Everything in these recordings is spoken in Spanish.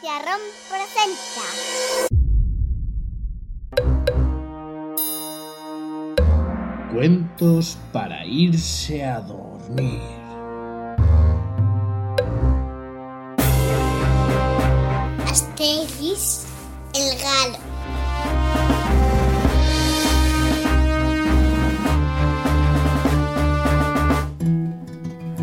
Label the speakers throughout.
Speaker 1: Villarrón presenta.
Speaker 2: Cuentos para irse a dormir.
Speaker 1: Asterix el galo.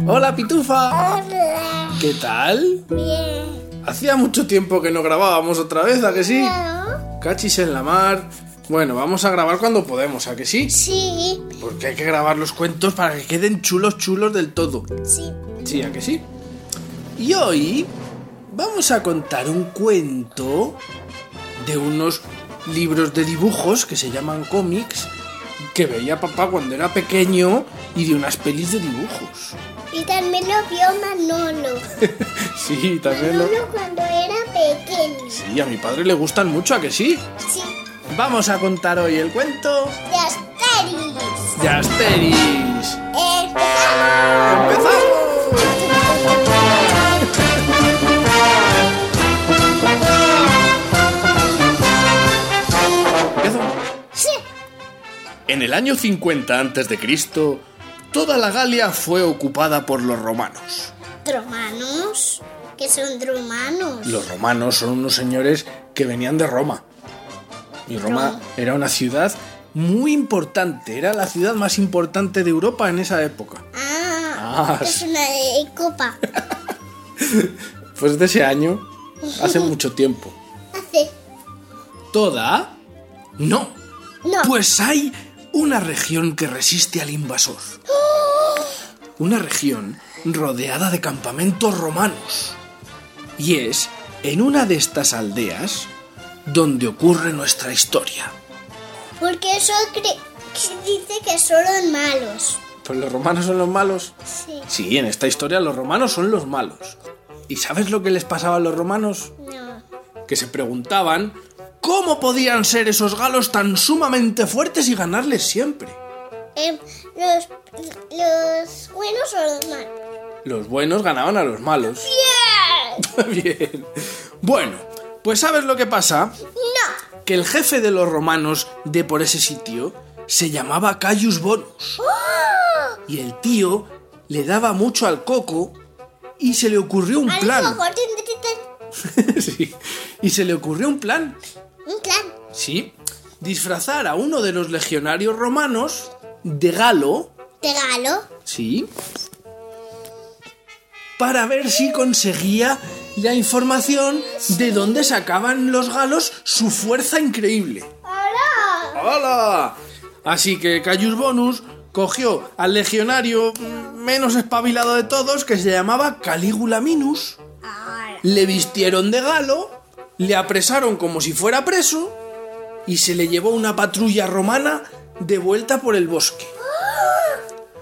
Speaker 3: ¡Hola, Pitufa!
Speaker 1: Hola.
Speaker 3: ¿Qué tal?
Speaker 1: Bien.
Speaker 3: Hacía mucho tiempo que no grabábamos otra vez, ¿a que sí?
Speaker 1: Claro.
Speaker 3: Cachis en la mar. Bueno, vamos a grabar cuando podemos, ¿a que sí?
Speaker 1: Sí.
Speaker 3: Porque hay que grabar los cuentos para que queden chulos, chulos del todo.
Speaker 1: Sí.
Speaker 3: Sí, ¿a que sí? Y hoy vamos a contar un cuento de unos libros de dibujos que se llaman cómics que veía papá cuando era pequeño y de unas pelis de dibujos.
Speaker 1: Y también lo vio Manolo.
Speaker 3: Sí, también lo...
Speaker 1: Manolo cuando era pequeño.
Speaker 3: Sí, a mi padre le gustan mucho, ¿a que sí?
Speaker 1: Sí.
Speaker 3: Vamos a contar hoy el cuento
Speaker 1: De Asterix.
Speaker 3: de Asterix.
Speaker 1: Empezamos.
Speaker 3: ¡Empezamos! ¿Empiezo?
Speaker 1: Sí.
Speaker 3: En el año 50 a.C., toda la Galia fue ocupada por los romanos.
Speaker 1: Dromanos. Que son dromanos.
Speaker 3: Los romanos son unos señores que venían de Roma. Y Roma
Speaker 1: Roma.
Speaker 3: era una ciudad muy importante, era la ciudad más importante de Europa en esa época.
Speaker 1: Ah.
Speaker 3: Ah,
Speaker 1: Es
Speaker 3: sí.
Speaker 1: una de copa.
Speaker 3: Pues de ese año, hace mucho tiempo.
Speaker 1: Hace.
Speaker 3: ¿Toda? No.
Speaker 1: No.
Speaker 3: Pues hay una región que resiste al invasor. Una región rodeada de campamentos romanos. Y es en una de estas aldeas donde ocurre nuestra historia.
Speaker 1: Porque eso cre- que dice que son los malos.
Speaker 3: Pues los romanos son los malos.
Speaker 1: Sí.
Speaker 3: Sí, en esta historia los romanos son los malos. ¿Y sabes lo que les pasaba a los romanos?
Speaker 1: No.
Speaker 3: Que se preguntaban cómo podían ser esos galos tan sumamente fuertes y ganarles siempre.
Speaker 1: Eh, los, los buenos son los malos.
Speaker 3: Los buenos ganaban a los malos.
Speaker 1: ¡Bien!
Speaker 3: Bien. Bueno, pues ¿sabes lo que pasa?
Speaker 1: No.
Speaker 3: Que el jefe de los romanos de por ese sitio se llamaba Caius Bonus. Y el tío le daba mucho al coco y se le ocurrió un
Speaker 1: A lo
Speaker 3: plan.
Speaker 1: mejor tiene que tener
Speaker 3: Sí. Y se le ocurrió un plan.
Speaker 1: un plan.
Speaker 3: Sí. Disfrazar a uno de los legionarios romanos de galo.
Speaker 1: Te galo.
Speaker 3: Sí. Para ver si conseguía la información de dónde sacaban los galos su fuerza increíble.
Speaker 1: ¡Hola!
Speaker 3: ¡Hola! Así que Caius Bonus cogió al legionario mm, menos espabilado de todos, que se llamaba Calígula Minus,
Speaker 1: Ahora.
Speaker 3: le vistieron de galo, le apresaron como si fuera preso y se le llevó una patrulla romana de vuelta por el bosque.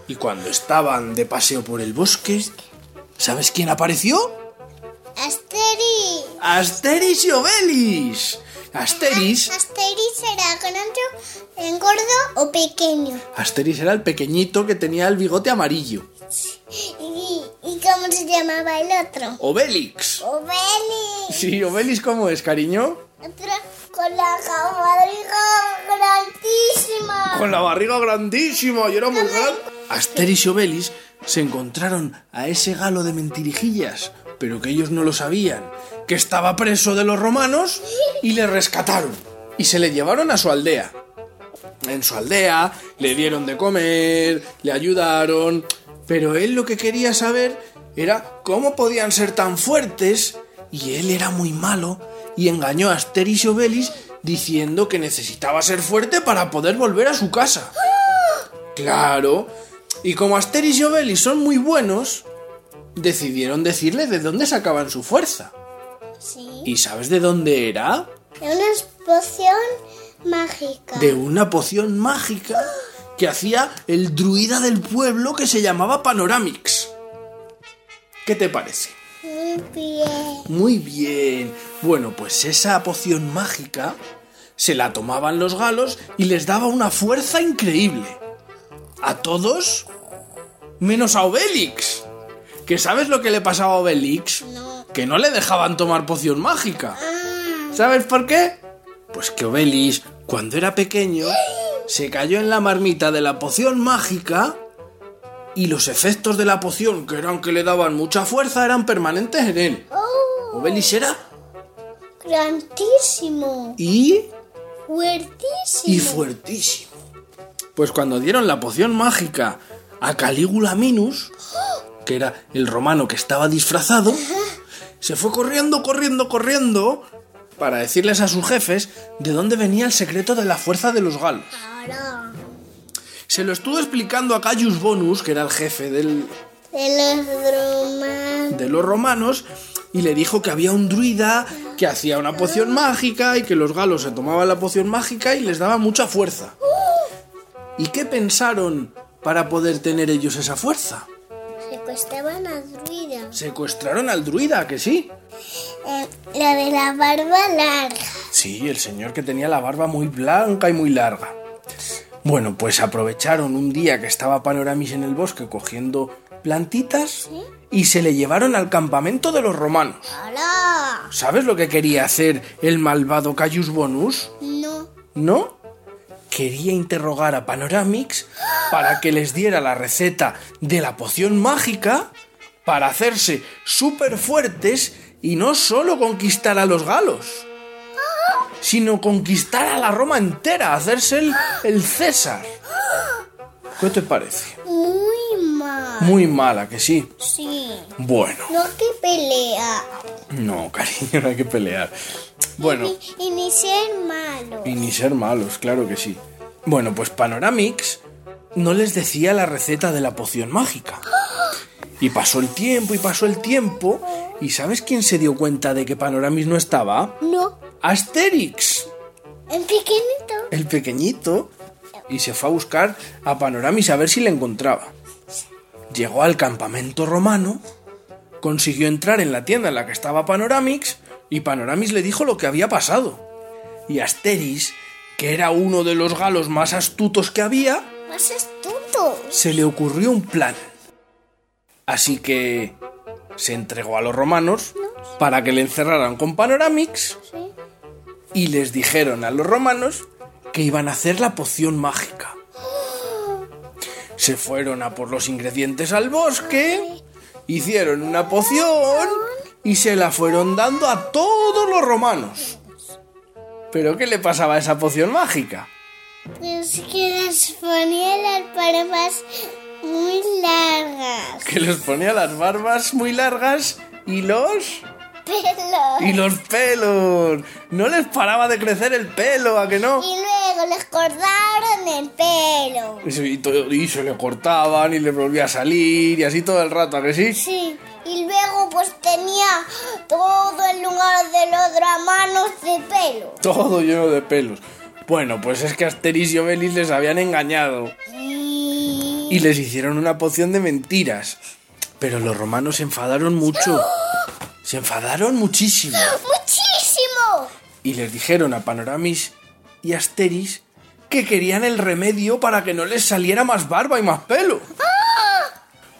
Speaker 3: Y cuando estaban de paseo por el bosque, ¿sabes quién apareció?
Speaker 1: Asterix.
Speaker 3: Asteris y Obelis. Asteris,
Speaker 1: Asterix será grande, gordo o pequeño.
Speaker 3: Asteris era el pequeñito que tenía el bigote amarillo.
Speaker 1: ¿Y, y cómo se llamaba el otro?
Speaker 3: Obelix.
Speaker 1: Obeli.
Speaker 3: Sí, Obelis cómo es, cariño?
Speaker 1: Otro con la camadriga grandísima.
Speaker 3: Con la barriga grandísima y era muy grande. Asteris y Obelis se encontraron a ese galo de mentirijillas, pero que ellos no lo sabían, que estaba preso de los romanos y le rescataron. Y se le llevaron a su aldea. En su aldea le dieron de comer, le ayudaron, pero él lo que quería saber era cómo podían ser tan fuertes y él era muy malo y engañó a Asteris y Obelis diciendo que necesitaba ser fuerte para poder volver a su casa. Claro. Y como Asteris y Obelis son muy buenos, decidieron decirle de dónde sacaban su fuerza.
Speaker 1: Sí.
Speaker 3: ¿Y sabes de dónde era?
Speaker 1: De una poción mágica.
Speaker 3: De una poción mágica que hacía el druida del pueblo que se llamaba Panoramix. ¿Qué te parece?
Speaker 1: Muy bien.
Speaker 3: Muy bien. Bueno, pues esa poción mágica se la tomaban los galos y les daba una fuerza increíble. A todos, menos a Obélix, ¿Que sabes lo que le pasaba a Obelix?
Speaker 1: No.
Speaker 3: Que no le dejaban tomar poción mágica.
Speaker 1: Ah,
Speaker 3: ¿Sabes por qué? Pues que Obelix, cuando era pequeño, se cayó en la marmita de la poción mágica y los efectos de la poción, que eran que le daban mucha fuerza, eran permanentes en él.
Speaker 1: oh,
Speaker 3: Obelix era
Speaker 1: grandísimo.
Speaker 3: y
Speaker 1: Fuertísimo.
Speaker 3: y fuertísimo. Pues cuando dieron la poción mágica a Calígula Minus, que era el romano que estaba disfrazado, se fue corriendo, corriendo, corriendo para decirles a sus jefes de dónde venía el secreto de la fuerza de los galos.
Speaker 1: Ahora,
Speaker 3: Se lo estuvo explicando a Caius Bonus, que era el jefe del-
Speaker 1: de los bromas.
Speaker 3: de los romanos, y le dijo que había un druida que hacía una poción mágica y que los galos se tomaban la poción mágica y les daba mucha fuerza. ¿Y qué pensaron para poder tener ellos esa fuerza?
Speaker 1: Secuestraban a druida.
Speaker 3: Secuestraron al druida, que sí.
Speaker 1: Eh, la de la barba larga.
Speaker 3: Sí, el señor que tenía la barba muy blanca y muy larga. Bueno, pues aprovecharon un día que estaba Panoramis en el bosque cogiendo plantitas y se le llevaron al campamento de los romanos.
Speaker 1: Ahora,
Speaker 3: ¿Sabes lo que quería hacer el malvado Caius Bonus?
Speaker 1: no.
Speaker 3: ¿No? Quería interrogar a Panoramix para que les diera la receta de la poción mágica para hacerse súper fuertes y no solo conquistar a los galos, sino conquistar a la Roma entera, hacerse el, el César. ¿Qué te parece?
Speaker 1: Muy mal.
Speaker 3: Muy mala, que sí.
Speaker 1: Sí.
Speaker 3: Bueno,
Speaker 1: No que pelea.
Speaker 3: no, cariño, no hay que pelear. Bueno.
Speaker 1: Y, y ni ser malo.
Speaker 3: Y ni ser malos, claro que sí. Bueno, pues Panoramix no les decía la receta de la poción mágica. Y pasó el tiempo y pasó el tiempo. ¿Y sabes quién se dio cuenta de que Panoramix no estaba?
Speaker 1: No.
Speaker 3: Asterix,
Speaker 1: En pequeñito.
Speaker 3: el pequeñito. Y se fue a buscar a Panoramix a ver si le encontraba. Llegó al campamento romano, consiguió entrar en la tienda en la que estaba Panoramix y Panoramix le dijo lo que había pasado. Y Asteris, que era uno de los galos más astutos que había,
Speaker 1: Más astuto.
Speaker 3: se le ocurrió un plan. Así que se entregó a los romanos para que le encerraran con Panoramix
Speaker 1: Sí.
Speaker 3: y les dijeron a los romanos que iban a hacer la poción mágica. Se fueron a por los ingredientes al bosque, hicieron una poción y se la fueron dando a todos los romanos. ¿Pero qué le pasaba a esa poción mágica?
Speaker 1: Pues que las ponía las barbas muy largas.
Speaker 3: Que les ponía las barbas muy largas y los...
Speaker 1: Pelo.
Speaker 3: ¡Y los pelos! No les paraba de crecer el pelo, ¿a que no?
Speaker 1: Y luego les cortaron el pelo.
Speaker 3: Y se, y to- y se le cortaban y le volvía a salir y así todo el rato, ¿a que sí?
Speaker 1: Sí. Y luego pues tenía todo el lugar de los dramanos de pelo.
Speaker 3: Todo lleno de pelos. Bueno, pues es que Asteris y Obelix les habían engañado
Speaker 1: Y...
Speaker 3: y les hicieron una poción de mentiras. Pero los romanos se enfadaron mucho. Se enfadaron muchísimo.
Speaker 1: ¡Muchísimo!
Speaker 3: Y les dijeron a Panoramis y Asteris que querían el remedio para que no les saliera más barba y más pelo.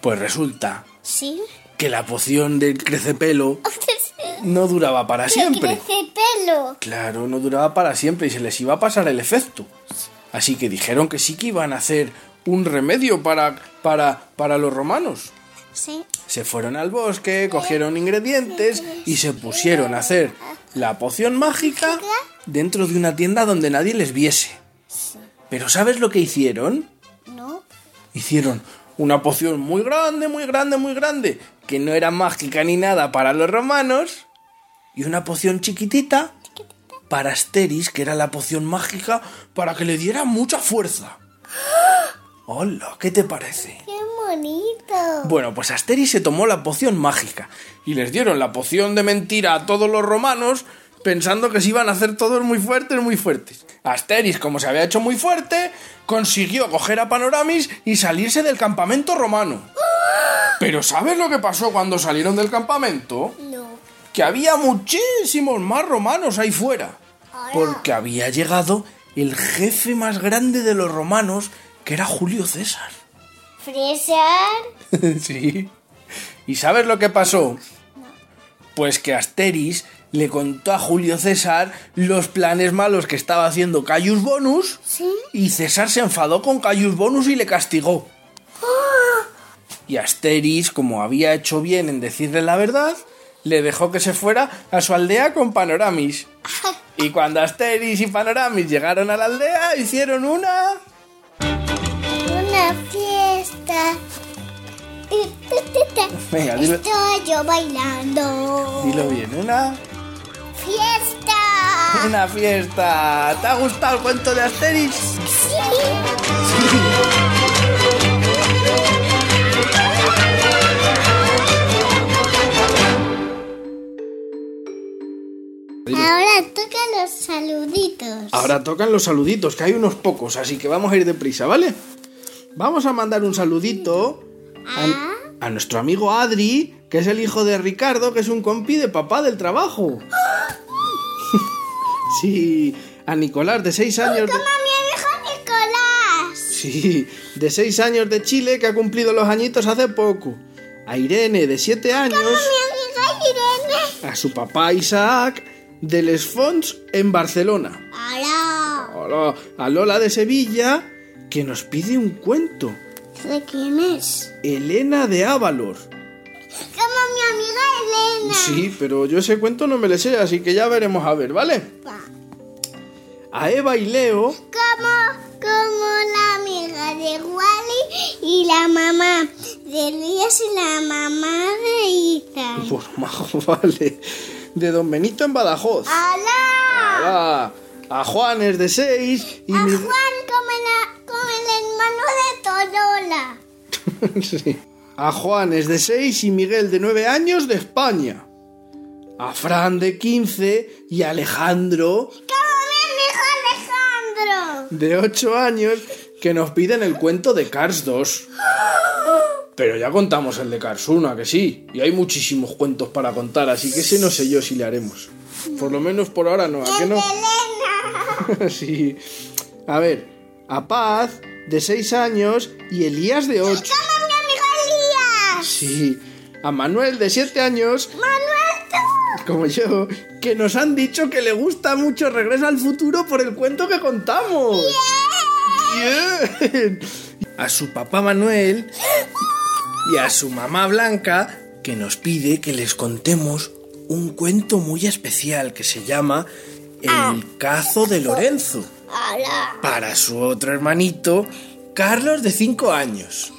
Speaker 3: Pues resulta
Speaker 1: Sí.
Speaker 3: que la poción del crecepelo no duraba para siempre.
Speaker 1: Crece pelo.
Speaker 3: Claro, no duraba para siempre y se les iba a pasar el efecto. Así que dijeron que sí que iban a hacer un remedio para, para, para los romanos.
Speaker 1: Sí.
Speaker 3: Se fueron al bosque, cogieron ingredientes y se pusieron a hacer la poción mágica dentro de una tienda donde nadie les viese. Pero ¿sabes lo que hicieron?
Speaker 1: ¿No?
Speaker 3: Hicieron una poción muy grande, muy grande, muy grande, que no era mágica ni nada para los romanos, y una poción chiquitita para Asteris, que era la poción mágica, para que le diera mucha fuerza. ¡Ah! Hola, ¿qué te parece?
Speaker 1: ¡Qué bonito!
Speaker 3: Bueno, pues Asteris se tomó la poción mágica y les dieron la poción de mentira a todos los romanos pensando que se iban a hacer todos muy fuertes, muy fuertes. Asteris, como se había hecho muy fuerte, consiguió coger a Panoramis y salirse del campamento romano. Pero ¿sabes lo que pasó cuando salieron del campamento?
Speaker 1: No.
Speaker 3: Que había muchísimos más romanos ahí fuera. Porque había llegado el jefe más grande de los romanos, que era Julio César.
Speaker 1: Fresar
Speaker 3: sí. ¿Y sabes lo que pasó? Pues que Asteris le contó a Julio César los planes malos que estaba haciendo Caius Bonus
Speaker 1: ¿Sí?
Speaker 3: y César se enfadó con Caius Bonus y le castigó. Y Asteris, como había hecho bien en decirle la verdad, le dejó que se fuera a su aldea con Panoramis. Y cuando Asteris y Panoramis llegaron a la aldea, hicieron una...
Speaker 1: Una fiesta.
Speaker 3: Venga, dilo,
Speaker 1: Estoy yo bailando.
Speaker 3: dilo bien, una...
Speaker 1: ¡Fiesta!
Speaker 3: Una fiesta. ¿Te ha gustado el cuento de Asterix?
Speaker 1: Sí. Ahora toca los saluditos.
Speaker 3: Ahora tocan los saluditos, que hay unos pocos, así que vamos a ir deprisa, ¿vale? Vamos a mandar un saludito a, a nuestro amigo Adri, que es el hijo de Ricardo, que es un compi de papá del trabajo. Sí, a Nicolás de 6 años. de-
Speaker 1: Como mi amigo Nicolás.
Speaker 3: Sí, de 6 años de Chile, que ha cumplido los añitos hace poco. A Irene, de 7 años.
Speaker 1: Mi amiga Irene.
Speaker 3: a su papá Isaac de Les Fonts en Barcelona.
Speaker 1: Hola.
Speaker 3: Hola, A Lola de Sevilla, que nos pide un cuento.
Speaker 1: ¿De quién es?
Speaker 3: Elena de Ávalor.
Speaker 1: Como mi amiga Elena.
Speaker 3: Sí, pero yo ese cuento no me le sé, así que ya veremos a ver, ¿vale? A Eva y Leo.
Speaker 1: Como, como la amiga de Wally y la mamá de Elías y la mamá de Ethan.
Speaker 3: Por majo, vale. De Don Benito en Badajoz.
Speaker 1: ¡Hola!
Speaker 3: Hola. A Juanes de 6 y
Speaker 1: A
Speaker 3: mi-
Speaker 1: Juan como, la- como el hermano de Tolola.
Speaker 3: Sí. A Juanes de 6 y Miguel de 9 años de España. A Fran de 15 y Alejandro
Speaker 1: Como mi amigo Alejandro.
Speaker 3: de 8 años que nos piden el cuento de Cars 2. Pero ya contamos el de Cars 1, ¿a que sí. Y hay muchísimos cuentos para contar, así que ese no sé yo si le haremos. Por lo menos por ahora no, ¿a que
Speaker 1: El
Speaker 3: no?
Speaker 1: de Elena.
Speaker 3: sí. A ver, a Paz de 6 años y Elías de 8.
Speaker 1: Como mi amigo Elías.
Speaker 3: Sí. A Manuel de 7 años
Speaker 1: Manuel tú.
Speaker 3: como yo, que nos han dicho que le gusta mucho Regresa al Futuro por el cuento que contamos. Bien. A su papá Manuel y a su mamá Blanca, que nos pide que les contemos un cuento muy especial que se llama El cazo de Lorenzo,
Speaker 1: Hola.
Speaker 3: para su otro hermanito, Carlos de 5 años.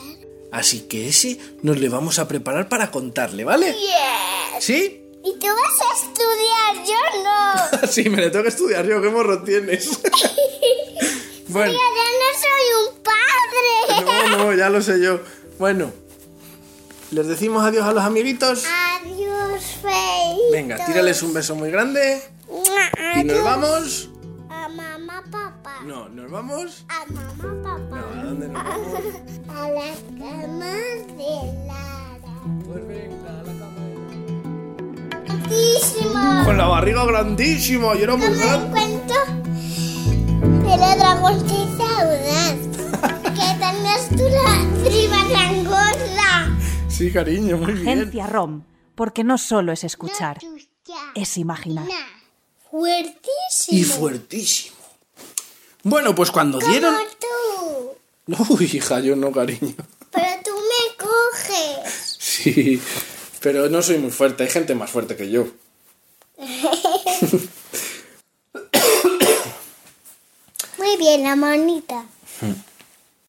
Speaker 3: Así que ese nos le vamos a preparar para contarle, ¿vale?
Speaker 1: Yes.
Speaker 3: ¿Sí?
Speaker 1: Y tú vas a estudiar, yo no.
Speaker 3: Sí, me lo tengo que estudiar yo, qué morro tienes.
Speaker 1: Pero
Speaker 3: bueno,
Speaker 1: yo no soy un padre.
Speaker 3: no, no, ya lo sé yo. Bueno, les decimos adiós a los amiguitos.
Speaker 1: Adiós, Feito.
Speaker 3: Venga, tírales un beso muy grande.
Speaker 1: Adiós.
Speaker 3: ¿Y nos vamos?
Speaker 1: A mamá, papá.
Speaker 3: No, ¿nos vamos?
Speaker 1: A mamá, papá.
Speaker 3: No, ¿a dónde nos vamos?
Speaker 1: A la cama de Lara.
Speaker 3: Pues venga, a la cama.
Speaker 1: Muchísimo.
Speaker 3: Con la barriga grandísima, yo era muy
Speaker 1: Me
Speaker 3: grande.
Speaker 1: cuento de la dragoncita audaz. que tenías tú la triba tan gorda.
Speaker 3: Sí, cariño, muy bien.
Speaker 4: Agencia ROM, porque no solo es escuchar,
Speaker 1: No, chucha.
Speaker 4: es imaginar.
Speaker 1: Na. Fuertísimo.
Speaker 3: Y fuertísimo. Bueno, pues cuando dieron...
Speaker 1: Como tú.
Speaker 3: No, hija, yo no, cariño.
Speaker 1: Pero tú me coges.
Speaker 3: Sí, pero no soy muy fuerte, hay gente más fuerte que yo.
Speaker 1: Muy bien, la manita.